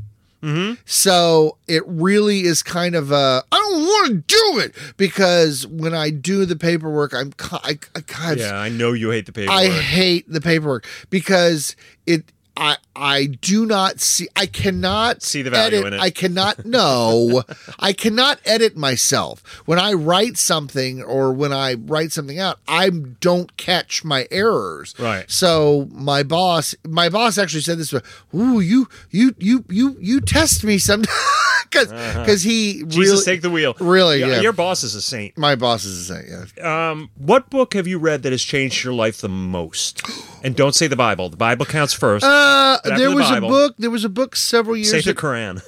[SPEAKER 1] So it really is kind of a I don't want to do it because when I do the paperwork, I'm ki- I, I, God,
[SPEAKER 2] Yeah, I know you hate the paperwork.
[SPEAKER 1] I hate the paperwork because it. I I do not see. I cannot
[SPEAKER 2] See the value
[SPEAKER 1] edit-
[SPEAKER 2] in it.
[SPEAKER 1] I cannot no. I cannot edit myself when I write something or when I write something out. I don't catch my errors.
[SPEAKER 2] Right.
[SPEAKER 1] So my boss, my boss actually said this. Ooh, you you you you you test me sometimes because he
[SPEAKER 2] Uh-huh. Jesus,
[SPEAKER 1] really
[SPEAKER 2] take the wheel.
[SPEAKER 1] really
[SPEAKER 2] Yeah,
[SPEAKER 1] yeah.
[SPEAKER 2] Your boss is a saint.
[SPEAKER 1] my boss is saying yeah.
[SPEAKER 2] Um, what book have you read that has changed your life the most? And don't say the Bible. The Bible counts first.
[SPEAKER 1] Uh,
[SPEAKER 2] Back to
[SPEAKER 1] there
[SPEAKER 2] the
[SPEAKER 1] was
[SPEAKER 2] Bible.
[SPEAKER 1] a book. There was a book several years.
[SPEAKER 2] say the
[SPEAKER 1] ago-
[SPEAKER 2] Quran.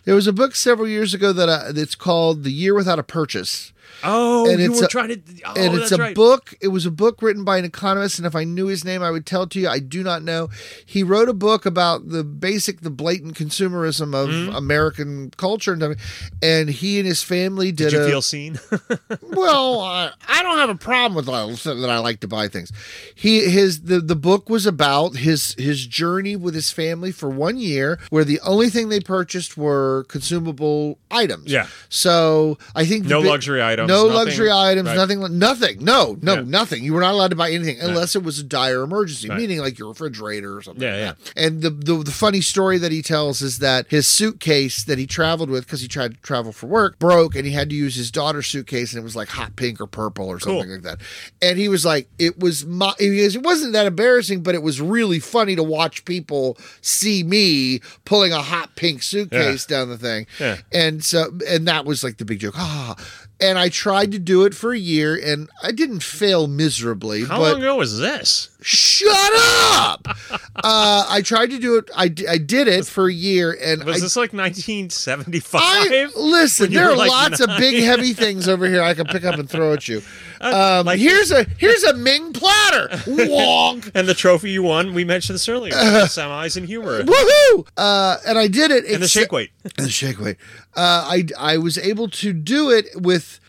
[SPEAKER 1] There was a book several years ago that I, that's called "The Year Without a Purchase,"
[SPEAKER 2] oh,
[SPEAKER 1] And
[SPEAKER 2] you
[SPEAKER 1] it's
[SPEAKER 2] were
[SPEAKER 1] a-
[SPEAKER 2] trying to. Oh,
[SPEAKER 1] and it's
[SPEAKER 2] that's
[SPEAKER 1] a
[SPEAKER 2] right.
[SPEAKER 1] book. It was a book written by an economist, and if I knew his name, I would tell it to you. I do not know. He wrote a book about the basic, the blatant consumerism of
[SPEAKER 2] Mm-hmm.
[SPEAKER 1] American culture, and everything. and he and his family did,
[SPEAKER 2] Did you
[SPEAKER 1] a,
[SPEAKER 2] feel seen?
[SPEAKER 1] well, I, I don't have a problem with that that I like to buy things. He his the, the book was about his his journey with his family for one year, where the only thing they purchased were consumable items.
[SPEAKER 2] Yeah.
[SPEAKER 1] So I think the
[SPEAKER 2] No
[SPEAKER 1] bi-
[SPEAKER 2] luxury items,
[SPEAKER 1] No
[SPEAKER 2] nothing-
[SPEAKER 1] luxury items.
[SPEAKER 2] right.
[SPEAKER 1] Nothing. li- Nothing. No. No.
[SPEAKER 2] Yeah.
[SPEAKER 1] Nothing. You were not allowed to buy anything unless it was a dire emergency,
[SPEAKER 2] Right.
[SPEAKER 1] meaning like your refrigerator or something.
[SPEAKER 2] Yeah,
[SPEAKER 1] like
[SPEAKER 2] yeah.
[SPEAKER 1] that. And the, the the funny story that he tells is that his suitcase that he traveled with because he tried to travel for work broke, and he had to use his daughter's suitcase, and it was like hot pink or purple or something
[SPEAKER 2] Cool.
[SPEAKER 1] like that. And he was like, it was my, he goes, it wasn't that embarrassing, but it was really funny to watch people see me pulling a hot pink suitcase down the thing.
[SPEAKER 2] Yeah.
[SPEAKER 1] And so, and that was like the big joke. Ah. And I tried to do it for a year, and I didn't fail miserably.
[SPEAKER 2] How
[SPEAKER 1] but
[SPEAKER 2] long ago was this?
[SPEAKER 1] Shut up! uh, I tried to do it. I, d- I did it for a year, and
[SPEAKER 2] Was
[SPEAKER 1] I,
[SPEAKER 2] this like 1975?
[SPEAKER 1] I listen.
[SPEAKER 2] when you
[SPEAKER 1] There
[SPEAKER 2] were,
[SPEAKER 1] are
[SPEAKER 2] like,
[SPEAKER 1] lots of big, heavy things over here I can pick up and throw at you. Um,
[SPEAKER 2] like-
[SPEAKER 1] here's a here's a Ming platter. Wonk.
[SPEAKER 2] and the trophy you won, we mentioned this earlier. Some eyes and humor.
[SPEAKER 1] Woohoo! Uh, and I did it.
[SPEAKER 2] And the
[SPEAKER 1] exce-
[SPEAKER 2] shake weight.
[SPEAKER 1] And the shake weight. Uh, I I was able to do it with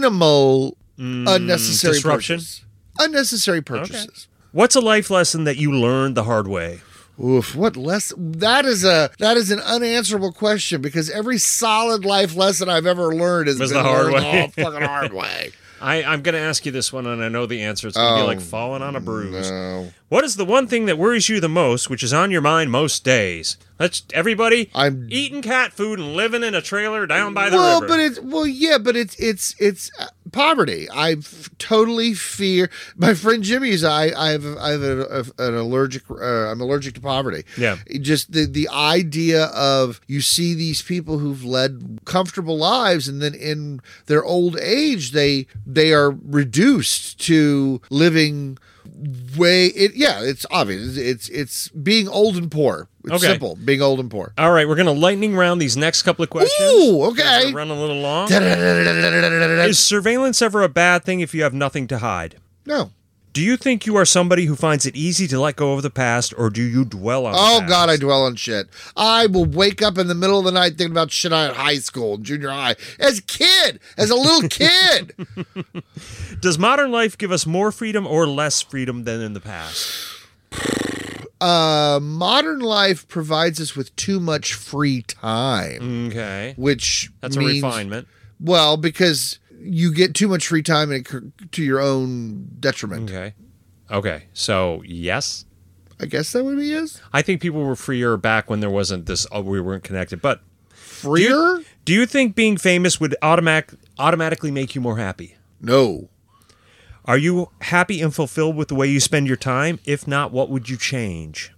[SPEAKER 1] minimal unnecessary
[SPEAKER 2] Hmm, disruption?
[SPEAKER 1] purchase- Unnecessary purchases.
[SPEAKER 2] What's a life lesson that you learned the hard way?
[SPEAKER 1] Oof, what less that is a that is an unanswerable question because every solid life lesson I've ever learned has
[SPEAKER 2] Was
[SPEAKER 1] been
[SPEAKER 2] the hard
[SPEAKER 1] learned
[SPEAKER 2] way.
[SPEAKER 1] the fucking hard way.
[SPEAKER 2] I, I'm going to ask you this one, and I know the answer. It's going to be like falling on a bruise.
[SPEAKER 1] Oh, No.
[SPEAKER 2] What is the one thing that worries you the most, which is on your mind most days? Let's everybody.
[SPEAKER 1] I'm-
[SPEAKER 2] eating cat food and living in a trailer down by the
[SPEAKER 1] well,
[SPEAKER 2] river.
[SPEAKER 1] but it's well, yeah, but it's it's it's uh, poverty. I f- totally fear my friend Jimmy's. I I have I have a, a- an allergic. Uh, I'm allergic to poverty.
[SPEAKER 2] Yeah.
[SPEAKER 1] It just the the idea of you see these people who've led comfortable lives, and then in their old age, they they are reduced to living way. It yeah, it's obvious. It's it's being old and poor. It's
[SPEAKER 2] Okay.
[SPEAKER 1] simple. Being old and poor.
[SPEAKER 2] All right, we're going to lightning round these next couple of questions.
[SPEAKER 1] Ooh,
[SPEAKER 2] They're
[SPEAKER 1] okay.
[SPEAKER 2] gonna Run a little long. Is surveillance ever a bad thing if you have nothing to hide?
[SPEAKER 1] No.
[SPEAKER 2] Do you think you are somebody who finds it easy to let go of the past, or do you dwell on? the
[SPEAKER 1] Oh
[SPEAKER 2] past?
[SPEAKER 1] God, I dwell on shit. I will wake up in the middle of the night thinking about shit I had in high school, junior high, as a kid, as a little kid.
[SPEAKER 2] Does modern life give us more freedom or less freedom than in the past?
[SPEAKER 1] uh, modern life provides us with too much free time,
[SPEAKER 2] Okay,
[SPEAKER 1] which
[SPEAKER 2] Mm. that's
[SPEAKER 1] means,
[SPEAKER 2] a refinement.
[SPEAKER 1] Well, because you get too much free time and it cur- to your own detriment.
[SPEAKER 2] Okay, okay. So yes,
[SPEAKER 1] I guess that would be yes.
[SPEAKER 2] I think people were freer back when there wasn't this. Oh, we weren't connected. But
[SPEAKER 1] Freer?
[SPEAKER 2] do you think being famous would automatic automatically make you more happy?
[SPEAKER 1] no.
[SPEAKER 2] Are you happy and fulfilled with the way you spend your time? If not, what would you change?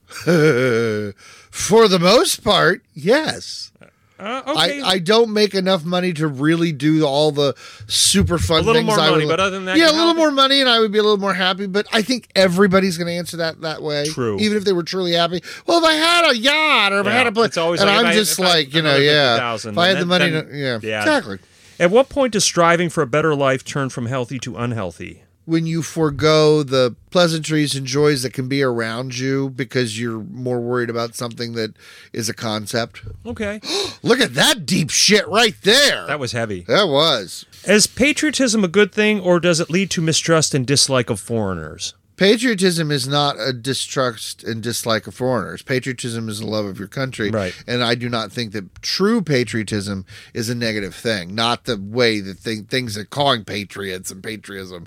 [SPEAKER 1] For the most part, yes.
[SPEAKER 2] Uh,
[SPEAKER 1] I, I don't make enough money to really do all the super fun
[SPEAKER 2] A little
[SPEAKER 1] things
[SPEAKER 2] more
[SPEAKER 1] I
[SPEAKER 2] money,
[SPEAKER 1] would,
[SPEAKER 2] but other than that,
[SPEAKER 1] yeah, a
[SPEAKER 2] you're
[SPEAKER 1] little
[SPEAKER 2] happy?
[SPEAKER 1] more money, and I would be a little more happy. But I think everybody's going to answer that that way.
[SPEAKER 2] True.
[SPEAKER 1] even if they were truly happy. Well, if I had a yacht or if I
[SPEAKER 2] Yeah,
[SPEAKER 1] had a place,
[SPEAKER 2] it's always
[SPEAKER 1] and
[SPEAKER 2] like, if
[SPEAKER 1] I'm
[SPEAKER 2] I-
[SPEAKER 1] just
[SPEAKER 2] if I-
[SPEAKER 1] like, you know,
[SPEAKER 2] another
[SPEAKER 1] yeah,
[SPEAKER 2] 50,000,
[SPEAKER 1] if I had the
[SPEAKER 2] then-
[SPEAKER 1] money,
[SPEAKER 2] then-
[SPEAKER 1] to, yeah,
[SPEAKER 2] yeah.
[SPEAKER 1] exactly.
[SPEAKER 2] At what point does striving for a better life turn from healthy to unhealthy?
[SPEAKER 1] When you forego the pleasantries and joys that can be around you because you're more worried about something that is a concept.
[SPEAKER 2] Okay.
[SPEAKER 1] Look at that deep shit right there.
[SPEAKER 2] That was heavy.
[SPEAKER 1] that was.
[SPEAKER 2] Is patriotism a good thing or does it lead to mistrust and dislike of foreigners?
[SPEAKER 1] Patriotism is not a distrust and dislike of foreigners. Patriotism is a love of your country.
[SPEAKER 2] Right.
[SPEAKER 1] And I do not think that true patriotism is a negative thing, not the way that thing, things are calling patriots and patriotism.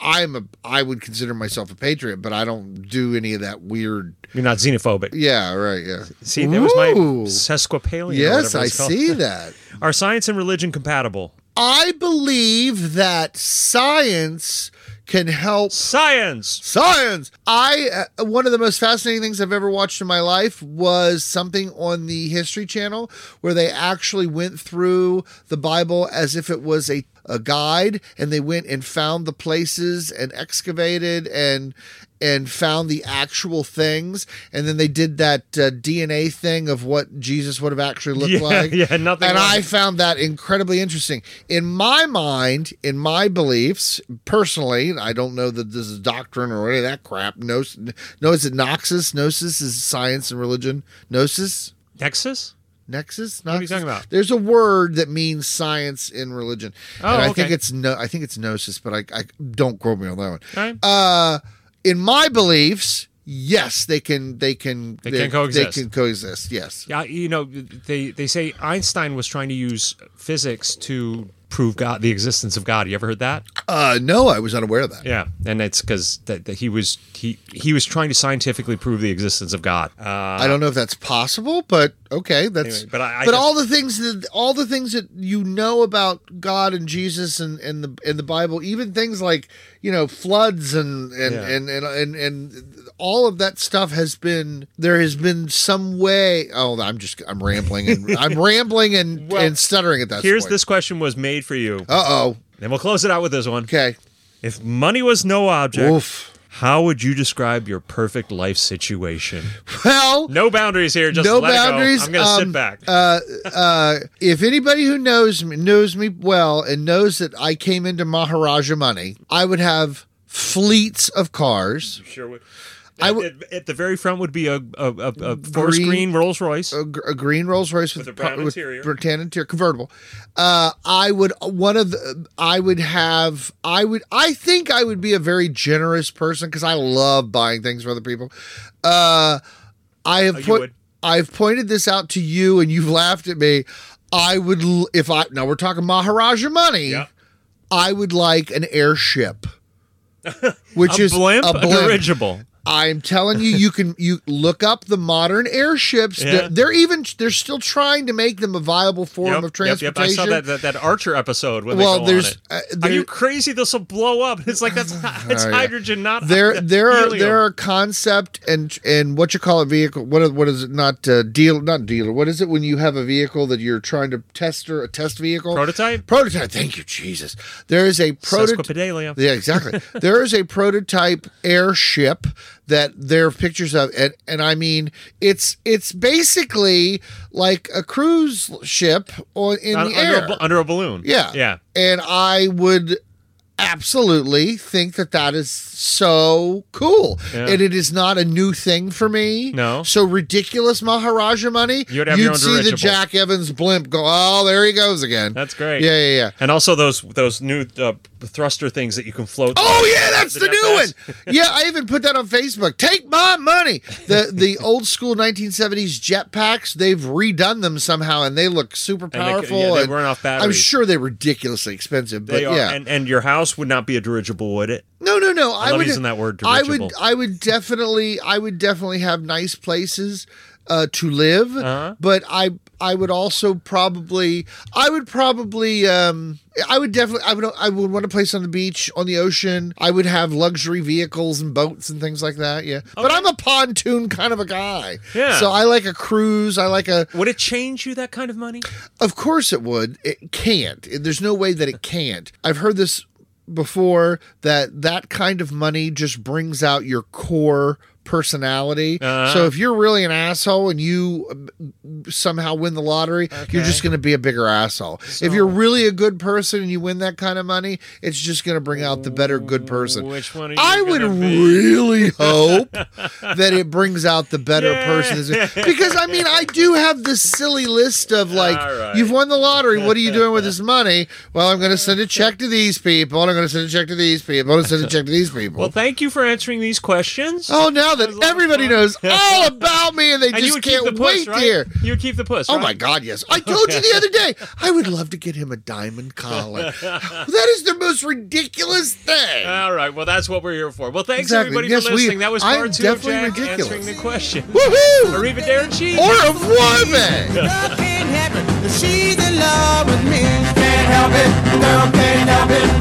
[SPEAKER 1] I'm a, I would consider myself a patriot, but I don't do any of that weird.
[SPEAKER 2] You're not xenophobic.
[SPEAKER 1] Yeah, right. Yeah.
[SPEAKER 2] See, there was my
[SPEAKER 1] Ooh.
[SPEAKER 2] sesquipalian. or
[SPEAKER 1] Yes,
[SPEAKER 2] whatever
[SPEAKER 1] I
[SPEAKER 2] it's called.
[SPEAKER 1] see that.
[SPEAKER 2] Are science and religion compatible?
[SPEAKER 1] I believe that science can help
[SPEAKER 2] Science.
[SPEAKER 1] Science. I uh, one of the most fascinating things I've ever watched in my life was something on the History Channel where they actually went through the Bible as if it was a a guide, and they went and found the places and excavated and and found the actual things, and then they did that uh, DNA thing of what Jesus would have actually looked
[SPEAKER 2] Yeah,
[SPEAKER 1] like.
[SPEAKER 2] yeah, nothing
[SPEAKER 1] And
[SPEAKER 2] like
[SPEAKER 1] I
[SPEAKER 2] it.
[SPEAKER 1] found that incredibly interesting. In my mind, in my beliefs, personally, I don't know that this is doctrine or any of that crap. No, no, is it Noxus? Gnosis is science and religion. Gnosis.
[SPEAKER 2] Nexus.
[SPEAKER 1] Nexus?
[SPEAKER 2] are you
[SPEAKER 1] Noxus?
[SPEAKER 2] talking about?
[SPEAKER 1] There's a word that means science in religion,
[SPEAKER 2] Oh,
[SPEAKER 1] and I
[SPEAKER 2] okay.
[SPEAKER 1] think it's no, I think it's gnosis, but I, I don't quote me on that one.
[SPEAKER 2] All right.
[SPEAKER 1] Uh, in my beliefs, yes, they can, they can,
[SPEAKER 2] They can coexist.
[SPEAKER 1] They can coexist. Yes,
[SPEAKER 2] Yeah, you know, they they say Einstein was trying to use physics to prove God, the existence of God. You ever heard that?
[SPEAKER 1] Uh, no, I was unaware of that.
[SPEAKER 2] Yeah, and it's because that, that he was he he was trying to scientifically prove the existence of God. Uh,
[SPEAKER 1] I don't know if that's possible, but okay, that's.
[SPEAKER 2] Anyway, but I- I
[SPEAKER 1] but
[SPEAKER 2] just-
[SPEAKER 1] all the things that all the things that you know about God and Jesus and, and the and the Bible, even things like you know floods and and,
[SPEAKER 2] Yeah.
[SPEAKER 1] and, and and and all of that stuff has been there has been some way. Oh, I'm just I'm rambling and I'm rambling and
[SPEAKER 2] Well,
[SPEAKER 1] and stuttering at that.
[SPEAKER 2] here's this question was made for you,
[SPEAKER 1] Uh oh.
[SPEAKER 2] and we'll close it out with this one.
[SPEAKER 1] Okay.
[SPEAKER 2] If money was no object,
[SPEAKER 1] Oof.
[SPEAKER 2] how would you describe your perfect life situation?
[SPEAKER 1] Well,
[SPEAKER 2] No boundaries here. Just
[SPEAKER 1] no
[SPEAKER 2] let it go.
[SPEAKER 1] boundaries.
[SPEAKER 2] I'm gonna sit
[SPEAKER 1] Um,
[SPEAKER 2] back.
[SPEAKER 1] uh, uh, if anybody who knows me knows me well and knows that I came into Maharaja money, I would have fleets of cars,
[SPEAKER 2] sure would.
[SPEAKER 1] I
[SPEAKER 2] I
[SPEAKER 1] would-
[SPEAKER 2] would. At, at the very front would be a a, a, a forest
[SPEAKER 1] Green- Uh,
[SPEAKER 2] green Rolls Royce.
[SPEAKER 1] a, gr- a green Rolls Royce with,
[SPEAKER 2] With a brown
[SPEAKER 1] pro-
[SPEAKER 2] interior.
[SPEAKER 1] with tan interior convertible. Uh, I would one of the, I would have I would I think I would be a very generous person because I love buying things for other people. Uh, I have
[SPEAKER 2] Oh, you
[SPEAKER 1] put
[SPEAKER 2] would.
[SPEAKER 1] I've pointed this out to you and you've laughed at me. I would l- if I now we're talking Maharaja money.
[SPEAKER 2] Yeah.
[SPEAKER 1] I would like an airship, which
[SPEAKER 2] a
[SPEAKER 1] is
[SPEAKER 2] blimp,
[SPEAKER 1] a blimp.
[SPEAKER 2] dirigible.
[SPEAKER 1] I'm telling you, you can you look up the modern airships.
[SPEAKER 2] Yeah.
[SPEAKER 1] They're, they're even they're still trying to make them a viable form of transportation.
[SPEAKER 2] I saw that, that that Archer episode when
[SPEAKER 1] Well,
[SPEAKER 2] they go
[SPEAKER 1] there's,
[SPEAKER 2] on
[SPEAKER 1] uh,
[SPEAKER 2] it.
[SPEAKER 1] there-
[SPEAKER 2] are you crazy? This will blow up. It's like that's it's
[SPEAKER 1] yeah.
[SPEAKER 2] hydrogen, not
[SPEAKER 1] There, there are
[SPEAKER 2] helium.
[SPEAKER 1] there are concept and and what you call a vehicle. What is- what is it? Not uh, deal, not dealer. What is it when you have a vehicle that you're trying to test or a test vehicle
[SPEAKER 2] Prototype?
[SPEAKER 1] Prototype. Thank you, Jesus. There is a prototype.
[SPEAKER 2] Sesquipedalia.
[SPEAKER 1] Yeah, exactly. there is a prototype airship that there are pictures of, and, and I mean, it's it's basically like a cruise ship on in
[SPEAKER 2] Un-
[SPEAKER 1] the
[SPEAKER 2] under,
[SPEAKER 1] air.
[SPEAKER 2] a, bu- under a balloon.
[SPEAKER 1] yeah,
[SPEAKER 2] yeah.
[SPEAKER 1] And I would absolutely think that that is so cool,
[SPEAKER 2] Yeah.
[SPEAKER 1] and it is not a new thing for me.
[SPEAKER 2] No.
[SPEAKER 1] so ridiculous Maharaja money.
[SPEAKER 2] You'd have your own
[SPEAKER 1] see the
[SPEAKER 2] dirigible.
[SPEAKER 1] Jack Evans blimp go. Oh, there he goes again.
[SPEAKER 2] That's great.
[SPEAKER 1] Yeah, yeah, yeah.
[SPEAKER 2] And also those those new uh, thruster things that you can float.
[SPEAKER 1] Oh yeah, that's the,
[SPEAKER 2] The
[SPEAKER 1] new
[SPEAKER 2] jetpacks.
[SPEAKER 1] one. Yeah, I even put that on Facebook. Take my money. The the old school 1970s jetpacks, they've redone them somehow and they look super
[SPEAKER 2] yeah,
[SPEAKER 1] powerful.
[SPEAKER 2] they
[SPEAKER 1] and
[SPEAKER 2] run off
[SPEAKER 1] I'm
[SPEAKER 2] batteries.
[SPEAKER 1] sure they're ridiculously expensive, but
[SPEAKER 2] They are,
[SPEAKER 1] yeah.
[SPEAKER 2] and, and your house would not be a dirigible, would it?
[SPEAKER 1] no, no, no. I,
[SPEAKER 2] love
[SPEAKER 1] would
[SPEAKER 2] using that word,
[SPEAKER 1] I would
[SPEAKER 2] dirigible.
[SPEAKER 1] I would definitely I would definitely have nice places uh, to live,
[SPEAKER 2] Uh-huh.
[SPEAKER 1] but I I would also probably I would probably um I would definitely I would I would want a place on the beach on the ocean. I would have luxury vehicles and boats and things like that. Yeah, but
[SPEAKER 2] Okay.
[SPEAKER 1] I'm a pontoon kind of a guy.
[SPEAKER 2] Yeah.
[SPEAKER 1] so I like a cruise. I like a
[SPEAKER 2] Would it change you that kind of money?
[SPEAKER 1] of course it would. It can't. It- There's no way that it can't. I've heard this before that that kind of money just brings out your core personality.
[SPEAKER 2] Uh-huh.
[SPEAKER 1] So if you're really an asshole and you uh, somehow win the lottery, you're just going to be a bigger asshole. If you're really a good person and you win that kind of money, it's just going to bring out the better good person.
[SPEAKER 2] Which one are you
[SPEAKER 1] I would
[SPEAKER 2] gonna be?
[SPEAKER 1] really hope that it brings out the better
[SPEAKER 2] Yeah.
[SPEAKER 1] person. Because I mean, I do have this silly list of like,
[SPEAKER 2] All right.
[SPEAKER 1] you've won the lottery. What are you doing with this money? Well, I'm going to send a check to these people. And I'm going to send a check to these people. I'm going to send a check to these people.
[SPEAKER 2] Well, thank you for answering these questions.
[SPEAKER 1] oh, now that
[SPEAKER 2] was a lot of
[SPEAKER 1] everybody
[SPEAKER 2] fun.
[SPEAKER 1] knows all about me and they
[SPEAKER 2] and you
[SPEAKER 1] just
[SPEAKER 2] would keep
[SPEAKER 1] can't
[SPEAKER 2] the puss,
[SPEAKER 1] wait
[SPEAKER 2] right?
[SPEAKER 1] here.
[SPEAKER 2] You would keep the puss.
[SPEAKER 1] Oh
[SPEAKER 2] right?
[SPEAKER 1] my God! Yes, I told you the other day. I would love to get him a diamond collar. that is the most ridiculous thing.
[SPEAKER 2] All right. Well, that's what we're here for. Well, thanks
[SPEAKER 1] Exactly.
[SPEAKER 2] everybody
[SPEAKER 1] Yes,
[SPEAKER 2] for
[SPEAKER 1] we-
[SPEAKER 2] listening. that was
[SPEAKER 1] I'm
[SPEAKER 2] part two of
[SPEAKER 1] definitely
[SPEAKER 2] Jack
[SPEAKER 1] ridiculous. Oh,
[SPEAKER 2] answering the question.
[SPEAKER 1] Woohoo!
[SPEAKER 2] Arrivederci.
[SPEAKER 1] Au revoir, man.
[SPEAKER 3] Girl can't help it, she's in love with me. Can't help it, girl can't help it.